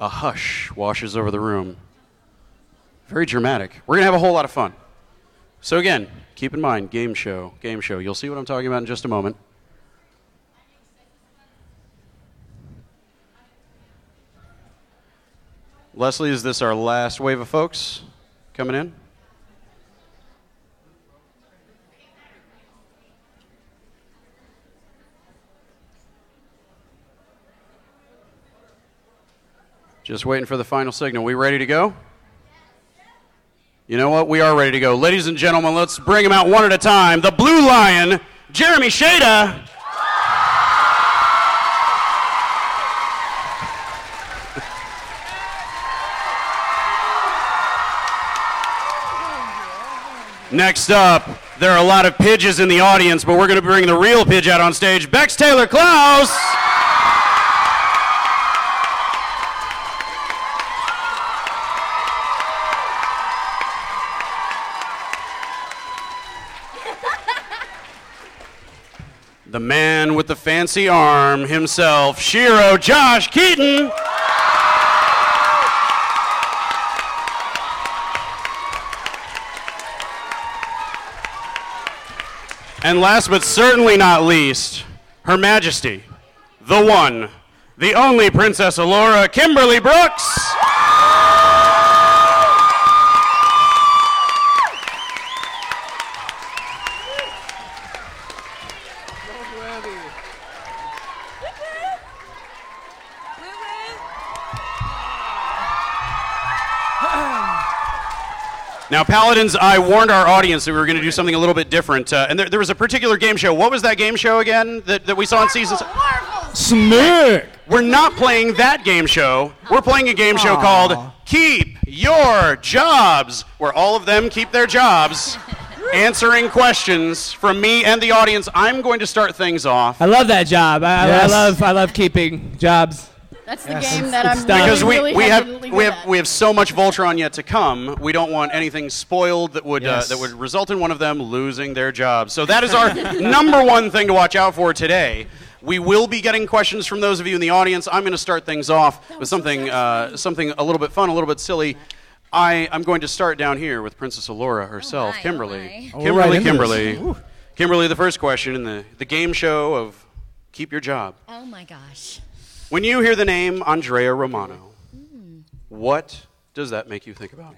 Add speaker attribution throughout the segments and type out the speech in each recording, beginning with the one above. Speaker 1: A hush washes over the room. Very dramatic. We're going to have a whole lot of fun. So, again, keep in mind game show, game show. You'll see what I'm talking about in just a moment. Leslie, is this our last wave of folks coming in? Just waiting for the final signal. We ready to go? You know what? We are ready to go. Ladies and gentlemen, let's bring them out one at a time. The Blue Lion, Jeremy Shada. Next up, there are a lot of pigeons in the audience, but we're going to bring the real pigeon out on stage. Bex Taylor Klaus. The man with the fancy arm himself, Shiro Josh Keaton. And last but certainly not least, Her Majesty, the one, the only Princess Alora, Kimberly Brooks. Now, Paladins, I warned our audience that we were going to do something a little bit different. Uh, and there, there was a particular game show. What was that game show again that, that we saw in season? s-
Speaker 2: Snick.
Speaker 1: We're not playing that game show. We're playing a game show called Keep Your Jobs, where all of them keep their jobs, answering questions from me and the audience. I'm going to start things off.
Speaker 3: I love that job. I, I-
Speaker 2: Yes.
Speaker 3: I love I love keeping jobs.
Speaker 4: That's the game that I'm
Speaker 3: done.
Speaker 4: really,
Speaker 1: Because we,
Speaker 4: Um, really
Speaker 1: we have
Speaker 4: hesitantly
Speaker 1: we
Speaker 4: good
Speaker 1: have
Speaker 4: at.
Speaker 1: we have so much Voltron yet to come. We don't want anything spoiled that would
Speaker 2: Yes.
Speaker 1: uh, that would result in one of them losing their job. So that is our number one thing to watch out for today. We will be getting questions from those of you in the audience. I'm going to start things off with something uh, something a little bit fun, a little bit silly. I am going to start down here with Princess Alora herself,
Speaker 5: my, oh
Speaker 1: Kimberly.
Speaker 2: my. All right,
Speaker 1: Kimberly,
Speaker 2: into this.
Speaker 1: Kimberly, Kimberly. The first question in the the game show of Keep Your Job.
Speaker 5: Oh my gosh.
Speaker 1: When you hear the name Andrea Romano, what does that make you think about?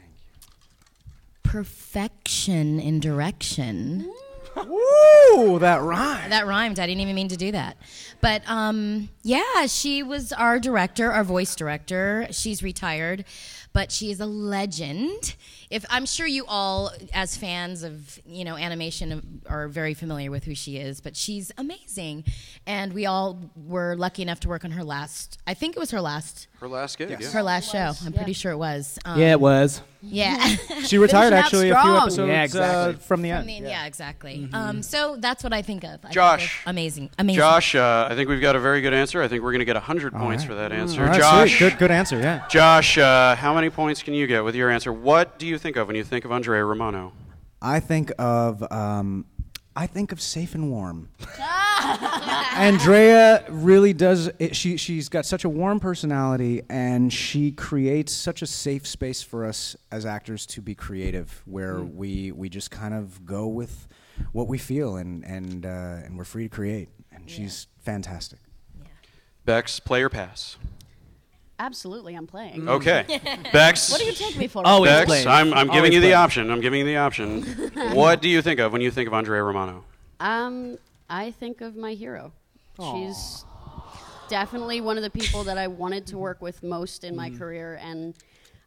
Speaker 5: Perfection in direction.
Speaker 2: Woo, that rhyme.
Speaker 5: Mm. That rhymed. I didn't even mean to do that. But um, yeah, she was our director, our voice director. She's retired, but she is a legend. If I'm sure you all, as fans of you know animation, are very familiar with who she is. But she's amazing, and we all were lucky enough to work on her last. I think it was her last,
Speaker 1: Her last gig,
Speaker 5: her last show. I'm pretty sure it was. Um,
Speaker 3: Yeah, it was.
Speaker 5: Yeah.
Speaker 2: She retired
Speaker 4: Finishing out
Speaker 2: actually a few
Speaker 4: strong.
Speaker 2: episodes
Speaker 3: Yeah, exactly.
Speaker 2: uh, from the
Speaker 5: I
Speaker 2: end.
Speaker 5: mean, yeah, exactly. Um, so that's what I think of. I think
Speaker 1: Josh.
Speaker 5: of amazing, amazing.
Speaker 1: Josh, uh, I think we've got a very good answer. I think we're going to get 100 points
Speaker 2: right. Hmm.
Speaker 1: for that answer.
Speaker 2: All right,
Speaker 1: Josh,
Speaker 2: sweet. Good, good answer. Yeah.
Speaker 1: Josh, uh, how many points can you get with your answer? What do you think of when you think of Andrea Romano?
Speaker 6: I think of um, I think of safe and warm. Andrea really does. It, she she's got such a warm personality, and she creates such a safe space for us as actors to be creative, where
Speaker 2: Mm.
Speaker 6: we we just kind of go with what we feel, and and uh, and we're free to create. And she's fantastic.
Speaker 1: Bex, play or pass?
Speaker 4: Absolutely, I'm playing.
Speaker 1: Okay. Bex,
Speaker 4: Hmm. What do you take me for?
Speaker 3: Always
Speaker 1: Bex
Speaker 3: play.
Speaker 1: I'm, I'm giving
Speaker 3: Always
Speaker 1: you the
Speaker 3: play.
Speaker 1: option. I'm giving you the option. what do you think of when you think of Andrea Romano?
Speaker 4: Um, I think of my hero. She's definitely one of the people that I wanted to work with most in my career, and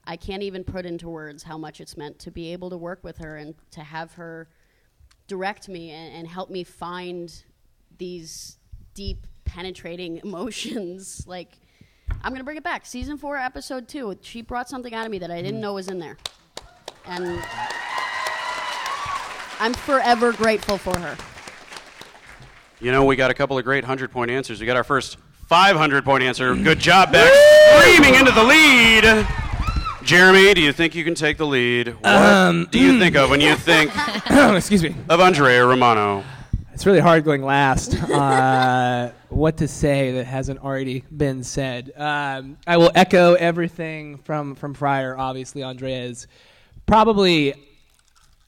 Speaker 4: I can't even put into words how much it's meant to be able to work with her and to have her direct me and, and help me find these deep, penetrating emotions. like, I'm gonna bring it back. Season four, episode two. She brought something out of me that I didn't know was in there, and. I'm forever grateful for her.
Speaker 1: You know, we got a couple of great 100 point answers. We got our first 500 point answer. Good job, Beck. Screaming into the lead. Jeremy, do you think you can take the
Speaker 3: Um, hmm.
Speaker 1: lead? What do you think of when you think
Speaker 3: Excuse me.
Speaker 1: of Andrea Romano?
Speaker 3: It's really hard going last. Uh, what to say that hasn't already been said? Um, I will echo everything from from prior. Obviously, Andrea is probably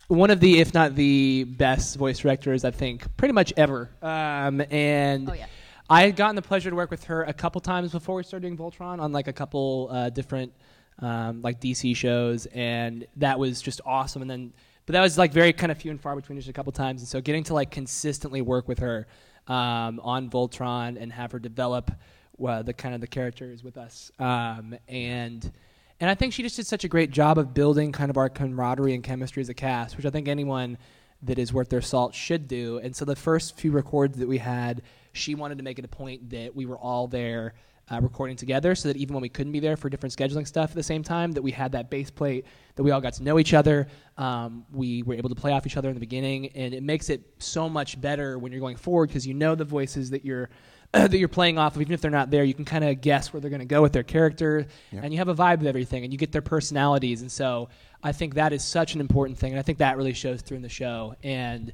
Speaker 3: one of the, if not the best voice directors I think pretty much ever. Um, and
Speaker 4: Oh, yeah.
Speaker 3: I had gotten the pleasure to work with her a couple times before we started doing Voltron on like a couple uh, different um, like DC shows, and that was just awesome. And then, but that was like very kind of few and far between, just a couple times. And so getting to like consistently work with her um, on Voltron and have her develop uh, the kind of the characters with us, um, and and I think she just did such a great job of building kind of our camaraderie and chemistry as a cast, which I think anyone that is worth their salt should do. And so the first few records that we had, she wanted to make it a point that we were all there uh, recording together so that even when we couldn't be there for different scheduling stuff at the same time, that we had that base plate, that we all got to know each other. Um, we were able to play off each other in the beginning, and it makes it so much better when you're going forward because you know the voices that you're. that you're playing off of, even if they're not there, you can kind of guess where they're going to go with their character, and you have a vibe of everything, and you get their personalities. And so I think that is such an important thing, and I think that really shows through in the show. And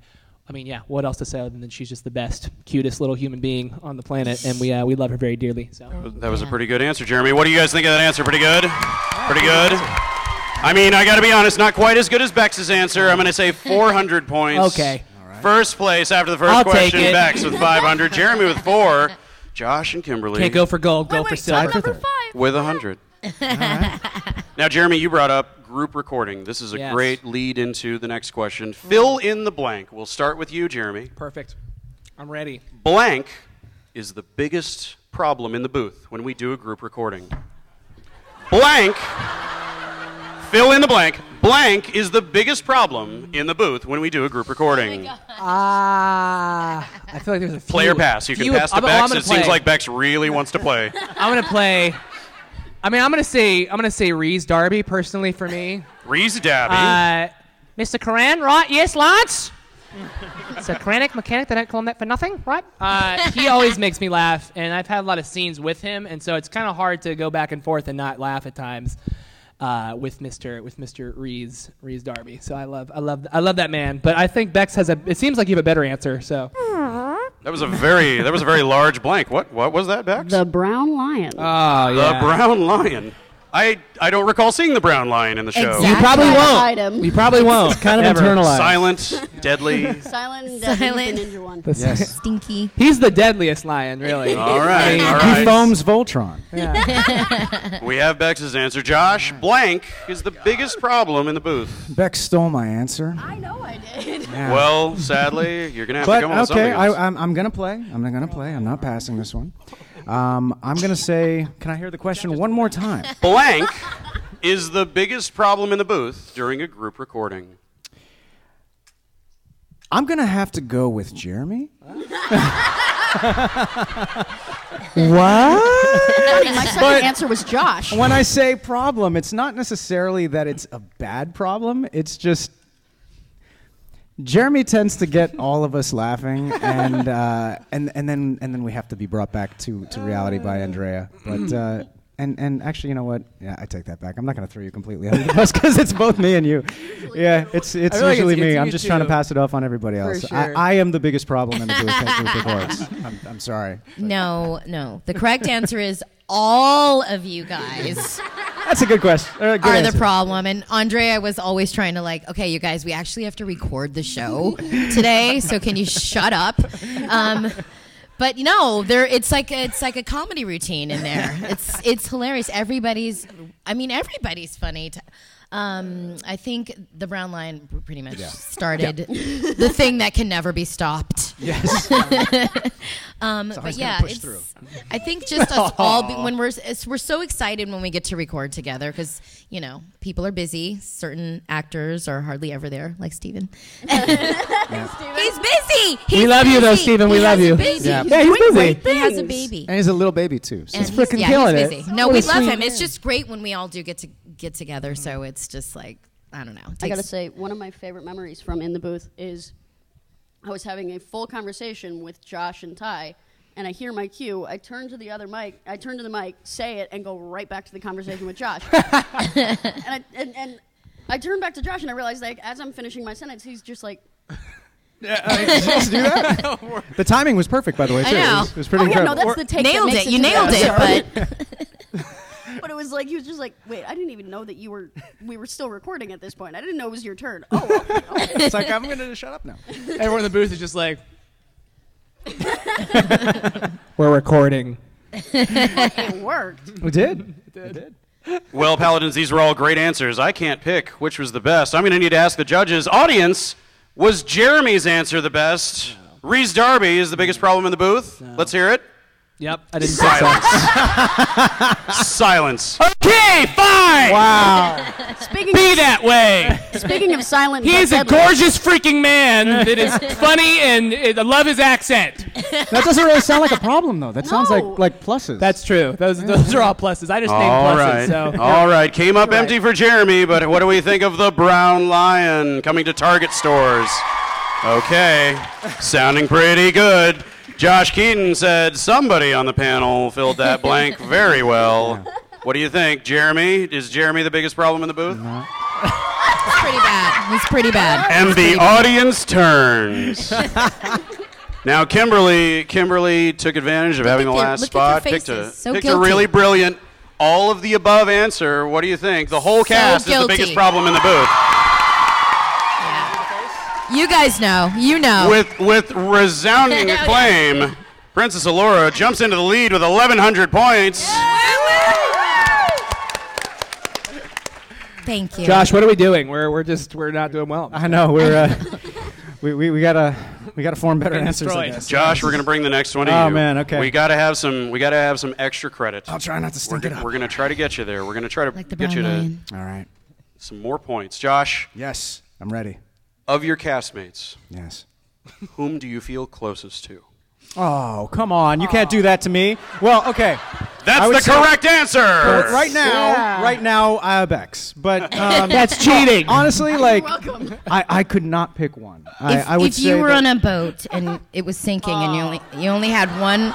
Speaker 3: I mean, yeah, what else to say other than she's just the best, cutest little human being on the planet, and we uh, we love her very dearly. So
Speaker 1: That was a pretty good answer, Jeremy. What do you guys think of that answer? Pretty good? Pretty good? I mean, I got to be honest, not quite as good as Bex's answer. I'm going to say 400 points.
Speaker 3: Okay.
Speaker 1: First place after the 1st
Speaker 3: I'll take
Speaker 1: question,
Speaker 3: it.
Speaker 1: Bex with 500, Jeremy with 4, Josh and Kimberly
Speaker 3: can't go for gold, go
Speaker 4: wait,
Speaker 3: for
Speaker 4: wait,
Speaker 3: silver.
Speaker 4: top number five.
Speaker 1: with 100. now, Jeremy, you brought up group recording. This is a
Speaker 3: Yes. Mm-hmm.
Speaker 1: great lead into the next question. Fill in the blank. We'll start with you, Jeremy.
Speaker 3: Perfect. I'm ready.
Speaker 1: Blank is the biggest problem in the booth when we do a group recording. Blank, fill in the blank. Blank is the biggest problem in the booth when we do a group
Speaker 3: Oh
Speaker 1: recording.
Speaker 3: Ah, I feel like there's a few,
Speaker 1: Player pass. You
Speaker 3: few-
Speaker 1: can pass to
Speaker 3: I'm- oh, I'm
Speaker 1: Bex.
Speaker 3: gonna
Speaker 1: It seems
Speaker 3: play.
Speaker 1: like Bex really wants to play.
Speaker 3: I'm gonna play. I mean, I'm gonna say I'm gonna say Reese Darby personally for me.
Speaker 1: Reese Dabby.
Speaker 3: Uh, Mr. Coran, right? Yes, Lance. it's a Koranic mechanic. They don't call him that for nothing, right? Uh, he always makes me laugh, and I've had a lot of scenes with him, and so it's kind of hard to go back and forth and not laugh at times uh, with Mr. with Mr. Rees Rees Darby. So I love I love I love that man. But I think Bex has a. It seems like you have a better answer. So
Speaker 1: that was a very that was a very large blank. What what was that, Bex?
Speaker 4: The brown lion.
Speaker 6: Uh,
Speaker 3: oh
Speaker 1: The brown lion. I I don't recall seeing the brown lion in the show.
Speaker 5: Exactly.
Speaker 3: you probably
Speaker 4: Try to
Speaker 3: won't.
Speaker 4: hide him.
Speaker 3: You probably won't.
Speaker 2: Kind of
Speaker 3: Ever.
Speaker 2: internalized.
Speaker 1: Silent, deadly.
Speaker 4: Silent, and Deadly
Speaker 5: Silent.
Speaker 4: with the Ninja One.
Speaker 6: Yes.
Speaker 5: Stinky.
Speaker 3: He's the deadliest lion, really.
Speaker 1: All right, all right.
Speaker 6: He foams Voltron.
Speaker 1: We have Bex's answer. Josh, blank is the biggest problem in the booth.
Speaker 6: Beck stole my answer.
Speaker 4: I know I did.
Speaker 1: Well, sadly, you're gonna have to
Speaker 6: But
Speaker 1: come on with
Speaker 6: okay,
Speaker 1: something else.
Speaker 6: I, I'm, I'm gonna play. I'm gonna play. I'm not passing this one. Um, I'm gonna say. Can I hear the question one more time?
Speaker 1: blank is the biggest problem in the booth during a group recording.
Speaker 6: I'm gonna have to go with Jeremy. what?
Speaker 4: My second answer was Josh.
Speaker 6: When I say problem, it's not necessarily that it's a bad problem. It's just Jeremy tends to get all of us laughing, and uh, and and then and then we have to be brought back to, to reality by Andrea. But uh, and and actually, you know what? Yeah, I take that back. I'm not going to throw you completely under the bus because it's both me and you. Yeah, it's it's
Speaker 3: feel like
Speaker 6: usually
Speaker 3: it's-
Speaker 6: me.
Speaker 3: it's
Speaker 6: I'm
Speaker 3: you
Speaker 6: just trying to
Speaker 3: too.
Speaker 6: pass it off on everybody else.
Speaker 3: sure.
Speaker 6: I, I am the biggest problem in the booth at Group Awards. I'm, I'm sorry.
Speaker 5: No, no. The correct answer is all of you guys
Speaker 6: That's a good question. or a good
Speaker 5: are
Speaker 6: answer.
Speaker 5: the problem. And Andrea was always trying to like, okay, you guys, we actually have to record the show today, so can you shut up? Um, but you know, there it's like it's like a comedy routine in there. It's it's hilarious. Everybody's, I mean, everybody's funny. T- um, I think the brown line pretty much started the thing that can never be stopped.
Speaker 6: Yes.
Speaker 5: Um, but yeah, it's, I think just us all be, when we're it's, we're so excited when we get to record together because you know people are busy. Certain actors are hardly ever there, like Steven. He's busy. He's
Speaker 3: We love you though,
Speaker 5: busy.
Speaker 3: Steven. We
Speaker 5: He
Speaker 3: love
Speaker 5: has a
Speaker 3: you.
Speaker 5: baby.
Speaker 3: Yeah,
Speaker 5: He's
Speaker 3: yeah he's busy.
Speaker 5: He has a baby.
Speaker 6: and he's a little baby too. So
Speaker 5: And
Speaker 6: it's
Speaker 3: freaking
Speaker 5: yeah,
Speaker 3: killing
Speaker 5: he's
Speaker 3: it.
Speaker 5: busy. No,
Speaker 3: What
Speaker 5: we
Speaker 3: a
Speaker 5: love
Speaker 3: sweet
Speaker 5: him. It's just great when we all do get to get together. So it's just like I don't know.
Speaker 4: I gotta
Speaker 5: Takes-
Speaker 4: say, one of my favorite memories from in the booth is I was having a full conversation with Josh and Ty, and I hear my cue. I turn to the other mic. I turn to the mic, say it, and go right back to the conversation with Josh. and, I, and and I turn back to Josh, and I realize like as I'm finishing my sentence, he's just like.
Speaker 6: The timing was perfect, by the way.
Speaker 5: I
Speaker 6: Too. It,
Speaker 5: know.
Speaker 6: was, it was pretty
Speaker 7: oh, yeah, no,
Speaker 6: incredible.
Speaker 7: that's the take. that
Speaker 5: nailed
Speaker 7: makes
Speaker 5: it. You
Speaker 7: to the
Speaker 5: nailed
Speaker 7: episode.
Speaker 5: it. But
Speaker 4: But it was like he was just like, wait, I didn't even know that you were. We were still recording at this point. I didn't know it was your turn. Oh, okay, okay.
Speaker 6: it's like I'm gonna shut up now.
Speaker 3: Everyone in the booth is just like, we're recording.
Speaker 4: it worked.
Speaker 6: We did.
Speaker 1: Well, Paladins, these were all great answers. I can't pick which was the best. I'm going to need to ask the judges. Audience, was Jeremy's answer the best? Reese Darby is the biggest problem in the booth. Let's hear it.
Speaker 3: Yep, I didn't think so.
Speaker 1: Silence. Silence. Okay, fine.
Speaker 6: Wow.
Speaker 4: Speaking
Speaker 3: Be that way.
Speaker 4: speaking of silent,
Speaker 3: He
Speaker 4: but
Speaker 3: is a
Speaker 4: deadly,
Speaker 3: gorgeous freaking man that is funny and uh, I love his accent.
Speaker 6: that doesn't really sound like a problem though. That sounds
Speaker 4: No.
Speaker 6: like like pluses.
Speaker 3: That's true. Those those are all pluses. I just named
Speaker 1: All
Speaker 3: pluses.
Speaker 1: right.
Speaker 3: So
Speaker 1: All right. Came up empty for Jeremy, but what do we think of the brown lion coming to Target stores? Okay. Sounding pretty good. Josh Keaton said somebody on the panel filled that blank very well. What do you think, Jeremy? Is Jeremy the biggest problem in the booth?
Speaker 5: it's pretty bad. It's pretty bad.
Speaker 1: And the audience turns. now Kimberly, Kimberly took advantage of having the
Speaker 5: at them.
Speaker 1: last
Speaker 5: Look at their
Speaker 1: spot. Picked a
Speaker 5: faces. So
Speaker 1: picked a
Speaker 5: guilty.
Speaker 1: really brilliant all of the above answer. What do you think? The whole cast is the
Speaker 5: guilty.
Speaker 1: biggest problem in the booth.
Speaker 5: You guys know. You know.
Speaker 1: With with resounding
Speaker 5: Yeah.
Speaker 1: acclaim, Princess Alora jumps into the lead with 1,100 points.
Speaker 5: Thank you.
Speaker 3: Josh, what are we doing? We're we're just we're not doing well.
Speaker 6: I know. We're uh, we, we we gotta we gotta form better answers. I
Speaker 3: destroyed.
Speaker 6: guess.
Speaker 1: Josh, we're gonna bring the next one to
Speaker 6: Oh,
Speaker 1: you.
Speaker 6: man, okay.
Speaker 1: We gotta have some. We gotta have some extra credit.
Speaker 6: I'll try not to
Speaker 1: We're,
Speaker 6: stink it
Speaker 1: go-
Speaker 6: up.
Speaker 1: we're gonna try to get you there. We're gonna try to
Speaker 5: like the
Speaker 1: get
Speaker 5: brown
Speaker 1: you to
Speaker 5: lion.
Speaker 6: All right.
Speaker 1: some more points. Josh,
Speaker 6: Yes, I'm ready.
Speaker 1: of your castmates,
Speaker 6: Yes.
Speaker 1: whom do you feel closest to?
Speaker 6: Oh come on! You can't do that to me. Well, okay. I
Speaker 1: That's
Speaker 6: would
Speaker 1: the
Speaker 6: say-
Speaker 1: correct answer.
Speaker 6: But right now, right now, uh, Bex. But um, that's cheating. Honestly, like
Speaker 4: welcome.
Speaker 6: I, I could not pick one. I,
Speaker 5: if
Speaker 6: I would
Speaker 5: if
Speaker 6: say
Speaker 5: you were
Speaker 6: that-
Speaker 5: on a boat and it was sinking and you only you only had one,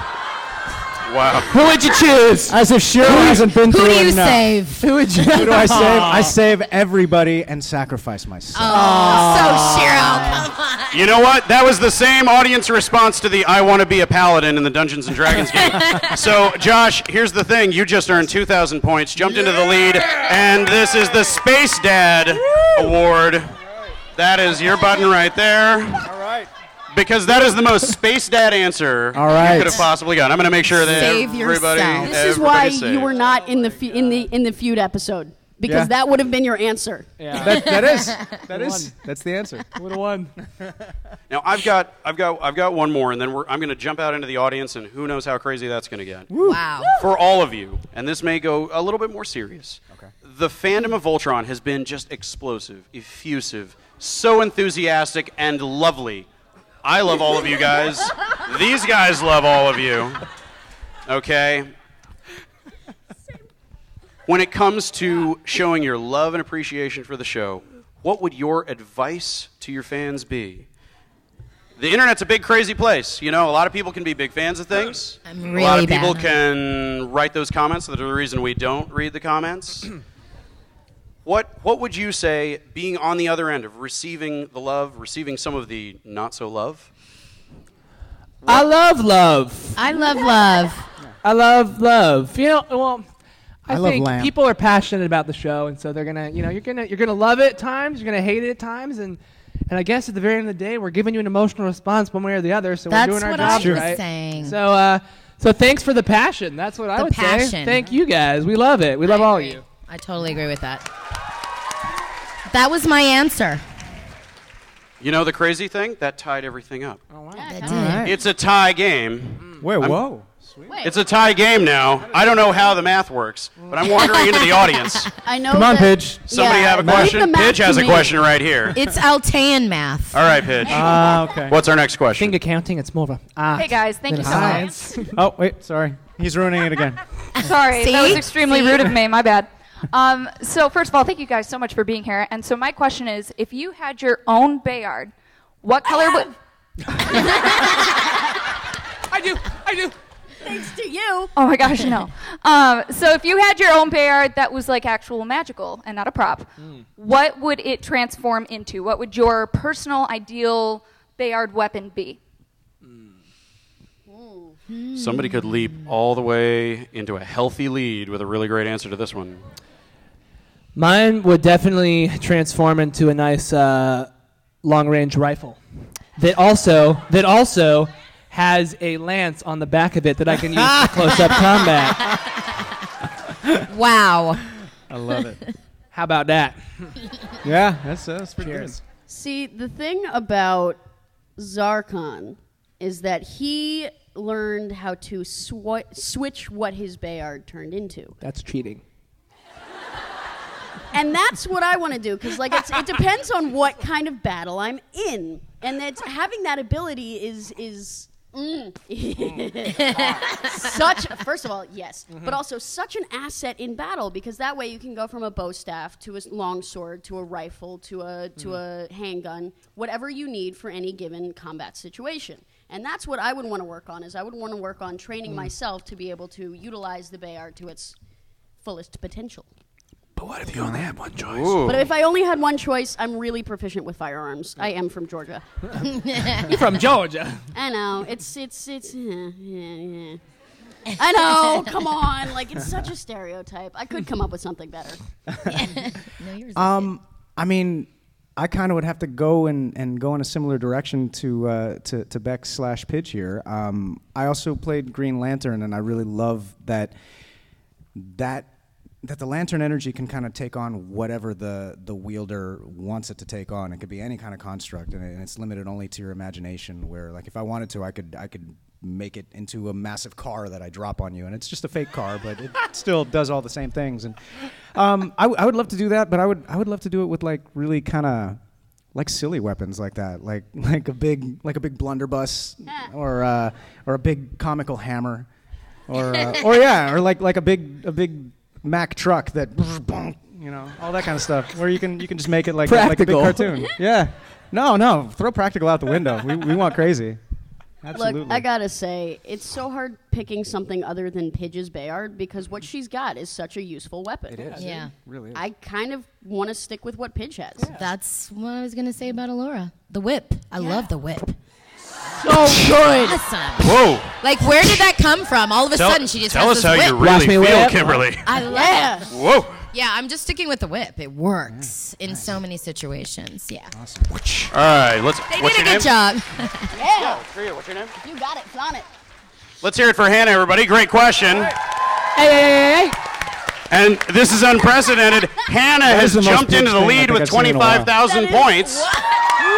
Speaker 1: Wow.
Speaker 3: Who would you choose?
Speaker 6: as if Cheryl hasn't been
Speaker 5: who
Speaker 6: through
Speaker 5: do you
Speaker 6: enough.
Speaker 5: save?
Speaker 6: Who would you- Who do I save? I save everybody and sacrifice myself.
Speaker 5: Oh, so Cheryl, come on.
Speaker 1: You know what? That was the same audience response to the I want to be a paladin in the Dungeons and Dragons game. so, Josh, here's the thing. You just earned 2,000 points, jumped into the lead, and this is the Space Dad Award. That is your button right there. All right. Because that is the most Space Dad answer
Speaker 6: All right.
Speaker 1: you could have possibly gotten. I'm going to make sure that
Speaker 5: Save
Speaker 1: everybody.
Speaker 5: yourself.
Speaker 4: This is why
Speaker 1: everybody's
Speaker 4: you
Speaker 1: safe.
Speaker 4: were not in the fe- in the in the feud episode because
Speaker 6: Yeah.
Speaker 4: that would have been your answer.
Speaker 3: Yeah,
Speaker 5: Oh.
Speaker 6: That, that is. That is. That's the answer.
Speaker 3: would have won.
Speaker 1: Now I've got I've got I've got one more, and then we're, I'm going to jump out into the audience, and who knows how crazy that's going to get
Speaker 5: Wow.
Speaker 1: for all of you. And this may go a little bit more serious. Okay. The fandom of Voltron has been just explosive, effusive, so enthusiastic and lovely. I love all of you guys. These guys love all of you. Okay. When it comes to showing your love and appreciation for the show, what would your advice to your fans be? The internet's a big, crazy place. You know, a lot of people can be big fans of things.
Speaker 5: I'm
Speaker 1: a lot
Speaker 5: really
Speaker 1: of people
Speaker 5: bad.
Speaker 1: can write those comments. That's the reason we don't read the comments. what What would you say, being on the other end of receiving the love, receiving some of the not so love?
Speaker 3: I love love.
Speaker 5: I love love.
Speaker 3: I love love. You know, well, I,
Speaker 6: love
Speaker 3: think
Speaker 6: lamb.
Speaker 3: people are passionate about the show, and so they're gonna, you know, you're gonna you're gonna love it at times, you're gonna hate it at times, and and I guess at the very end of the day, we're giving you an emotional response one way or the other. So
Speaker 5: That's
Speaker 3: we're doing our
Speaker 5: what I
Speaker 3: jobs
Speaker 5: was
Speaker 3: right.
Speaker 5: saying.
Speaker 3: So, uh, so thanks for the passion. That's what I
Speaker 5: The
Speaker 3: would say.
Speaker 5: passion.
Speaker 3: Thank you guys. We love it. We love
Speaker 1: Oh,
Speaker 3: all of you.
Speaker 5: I totally agree with that. That was my answer.
Speaker 1: You know, the crazy thing that tied everything up.
Speaker 5: That did.
Speaker 1: It's a tie game.
Speaker 6: Wait, whoa.
Speaker 1: It's a tie game now. I don't know how the math works, but I'm wandering into the audience.
Speaker 4: I know.
Speaker 6: Come on,
Speaker 4: that-
Speaker 6: Pidge.
Speaker 1: Somebody
Speaker 4: Yeah,
Speaker 1: have a
Speaker 4: leave the
Speaker 1: question?
Speaker 4: math
Speaker 1: Pidge
Speaker 4: to
Speaker 1: has a
Speaker 4: me.
Speaker 1: question right here.
Speaker 5: It's Altean math.
Speaker 1: All right, Pidge.
Speaker 6: Ah, okay.
Speaker 1: What's our next question?
Speaker 3: Think accounting, it's more of a ah.
Speaker 7: Hey guys, thank you so much.
Speaker 3: science.
Speaker 6: Oh, wait. Sorry. He's ruining it again.
Speaker 7: Sorry, that
Speaker 5: See?
Speaker 7: was extremely
Speaker 5: See?
Speaker 7: rude of me. My bad. Um, so first of all, thank you guys so much for being here. And so my question is, if you had your own Bayard, what color would?
Speaker 3: I do. I do.
Speaker 4: Thanks to you.
Speaker 7: Oh my gosh, no. Um, so if you had your own Bayard that was like actual magical and
Speaker 5: Mm.
Speaker 7: not a prop, what would it transform into? What would your personal ideal Bayard weapon be?
Speaker 1: Somebody could leap all the way into a healthy lead with a really great answer to this one.
Speaker 3: Mine would definitely transform into a nice uh, long-range rifle that also that also has a lance on the back of it that I can use for close-up combat.
Speaker 5: Wow.
Speaker 2: I love it.
Speaker 3: How about that?
Speaker 2: yeah, that's uh, that's pretty
Speaker 3: Cheers.
Speaker 4: See, the thing about Zarkon is that he learned how to swi switch what his Bayard turned into.
Speaker 3: That's cheating.
Speaker 4: And that's what I want to do because, like, it's, it depends on what kind of battle I'm in, and that having that ability is is. mm, such first of all yes but also such an asset in battle because that way you can go from a bow staff to a s- long sword to a rifle to a to a handgun whatever you need for any given combat situation and that's what i would want to work on is i would want to work on training myself to be able to utilize the bayard to its fullest potential
Speaker 2: But what if you only had one choice?
Speaker 1: Ooh.
Speaker 4: but if I only had one choice, I'm really proficient with firearms. I am from Georgia.
Speaker 3: You're from Georgia.
Speaker 4: I know. It's it's it's. Yeah, yeah, yeah. I know. Come on. Like it's such a stereotype. I could come up with something better.
Speaker 5: No, yours is
Speaker 6: Um, I mean, I kind of would have to go and, and go in a similar direction to uh, to, to Beck slash Pidge here. Um, I also played Green Lantern, and I really love that that that the lantern energy can kind of take on whatever the the wielder wants it to take on. It could be any kind of construct, and, it- and it's limited only to your imagination. Where like if I wanted to, I could I could make it into a massive car that I drop on you, and it's just a fake car, but it still does all the same things. And um, I, w- I would love to do that, but I would I would love to do it with like really kind of like silly weapons like that, like like a big like a big blunderbuss or uh, or a big comical hammer, or uh, or yeah, or like like a big a big Mack truck that you know all that kind of stuff where you can you can just make it like like a big
Speaker 2: Practical.
Speaker 6: cartoon. Yeah, no, no, throw practical out the window. We we want crazy. Absolutely.
Speaker 4: Look, I gotta say, it's so hard picking something other than Pidge's Bayard because what she's got is such a useful weapon. It
Speaker 5: dude. Yeah.
Speaker 6: really.
Speaker 4: I kind of want to stick with what Pidge has.
Speaker 5: That's what I was going to say about Alora. The whip. I love the whip.
Speaker 4: So good.
Speaker 5: Awesome.
Speaker 1: Whoa!
Speaker 5: Like, where did that come from? All of a sudden, she just
Speaker 1: tell
Speaker 5: has
Speaker 1: us
Speaker 5: this
Speaker 1: how
Speaker 5: whip.
Speaker 1: you really
Speaker 3: Wash me
Speaker 1: feel,
Speaker 3: away up.
Speaker 1: Kimberly.
Speaker 5: I love
Speaker 4: Yeah.
Speaker 5: it.
Speaker 1: Whoa!
Speaker 5: Yeah, I'm just sticking with the whip. It works
Speaker 6: Mm.
Speaker 5: in so many situations. Yeah.
Speaker 1: All right, let's.
Speaker 5: They
Speaker 1: what's
Speaker 5: did a
Speaker 1: your
Speaker 5: good
Speaker 1: name?
Speaker 5: job.
Speaker 4: Yeah.
Speaker 1: What's your name?
Speaker 4: You got it. Flaunt it.
Speaker 1: Let's hear it for Hannah, everybody. Great question.
Speaker 3: Hey, hey, hey, hey, hey.
Speaker 1: And this is unprecedented. Hannah has
Speaker 6: is the most
Speaker 1: jumped into the
Speaker 6: pitch thing I
Speaker 1: lead
Speaker 6: think
Speaker 1: with
Speaker 6: I've seen in a while.
Speaker 1: 25,000
Speaker 4: That is-
Speaker 1: points.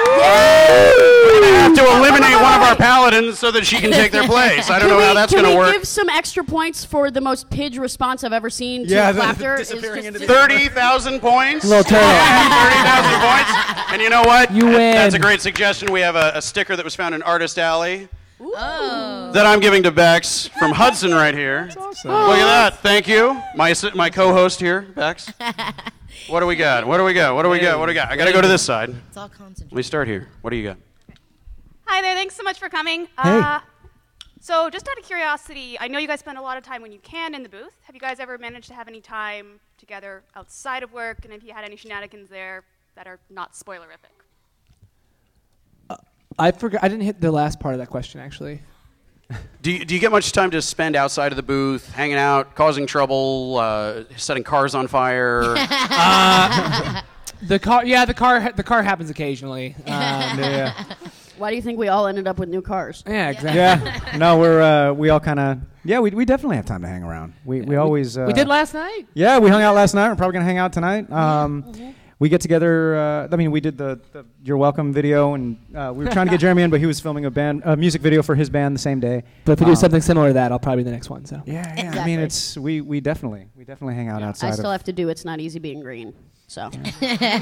Speaker 1: We're going to have to eliminate one of our paladins so that she can take their place. I don't
Speaker 6: Oh,
Speaker 4: Can
Speaker 1: know
Speaker 4: we,
Speaker 1: how that's
Speaker 4: can
Speaker 1: going to
Speaker 4: we
Speaker 1: work.
Speaker 4: give some extra points for the most pidge response I've ever seen to
Speaker 6: Yeah, the-
Speaker 4: laughter? is
Speaker 6: disappearing
Speaker 4: just-
Speaker 6: into the-
Speaker 4: just-
Speaker 1: 30,000 points.
Speaker 3: Little
Speaker 1: 30,000
Speaker 3: turtle.
Speaker 1: points. And you know what?
Speaker 3: You win.
Speaker 1: That's a great suggestion. We have a, a sticker that was found in Artist Alley
Speaker 4: Oh.
Speaker 1: that I'm giving to Bex from Hudson right here. Look at that. Thank you. My, assi- my co host here, Bex. What do we got? What do we got? What do we got? What do we got? I got to go to this side.
Speaker 5: It's all
Speaker 1: Let me
Speaker 5: concentrated.
Speaker 1: start here. What do you got?
Speaker 8: Hi there. Thanks so much for coming. Uh, so, just out of curiosity, I know you guys spend a lot of time when you can in the booth. Have you guys ever managed to have any time together outside of work? And have you had any shenanigans there that are not spoilerific?
Speaker 3: I forgot. I didn't hit the last part of that question actually.
Speaker 1: Do you, do you get much time to spend outside of the booth, hanging out, causing trouble, uh, setting cars on fire?
Speaker 3: The car, yeah, the car, the car happens occasionally. Um,
Speaker 6: yeah.
Speaker 4: Why do you think we all ended up with new cars?
Speaker 3: yeah, exactly.
Speaker 6: yeah. No, we're uh, we all kind of yeah. We, we definitely have time to hang around. We we always uh,
Speaker 3: we did last night.
Speaker 6: Yeah, we hung out last night. We're probably gonna hang out tonight. Um, We get together. Uh, I mean, we did the, the "You're Welcome" video, and uh, we were trying to get Jeremy in, but he was filming a band, a music video for his band the same day.
Speaker 3: But if we do
Speaker 6: Um,
Speaker 3: something similar to that, I'll probably be the next one. So
Speaker 6: yeah, yeah. I
Speaker 4: Exactly.
Speaker 6: mean, it's we, we definitely we definitely hang out outside.
Speaker 4: I still
Speaker 6: of,
Speaker 4: have to do It's Not Easy Being Green. So,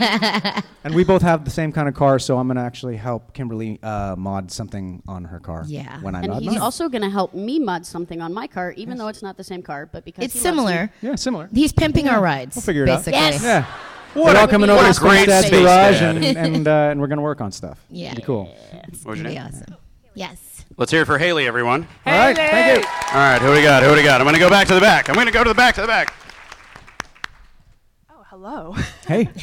Speaker 6: and we both have the same kind of car, so I'm gonna actually help Kimberly uh, mod something on her car.
Speaker 5: Yeah.
Speaker 6: when I
Speaker 4: and
Speaker 6: mod
Speaker 4: he's
Speaker 6: mine.
Speaker 4: also going to help me mod something on my car, even though it's not the same car, but because
Speaker 5: It's
Speaker 4: he loves me.
Speaker 5: similar.
Speaker 6: yeah, similar.
Speaker 5: He's pimping our rides.
Speaker 6: We'll figure it out.
Speaker 5: basically.
Speaker 4: Yes.
Speaker 6: Yeah. We're all coming
Speaker 4: what
Speaker 6: over
Speaker 4: a
Speaker 6: to Space
Speaker 4: great
Speaker 6: Dad's
Speaker 4: space
Speaker 6: garage,
Speaker 1: dad.
Speaker 6: and and, uh, and we're gonna work on stuff.
Speaker 5: Yeah.
Speaker 6: Be cool.
Speaker 5: It's
Speaker 1: What was your
Speaker 5: gonna be
Speaker 1: name?
Speaker 5: awesome. Yes.
Speaker 1: Let's hear it for Haley, everyone.
Speaker 6: all right, thank you.
Speaker 1: All right, who we got? Who we got? I'm going to go back to the back. I'm going to go to the back, to the back.
Speaker 8: Oh, hello.
Speaker 6: Hey.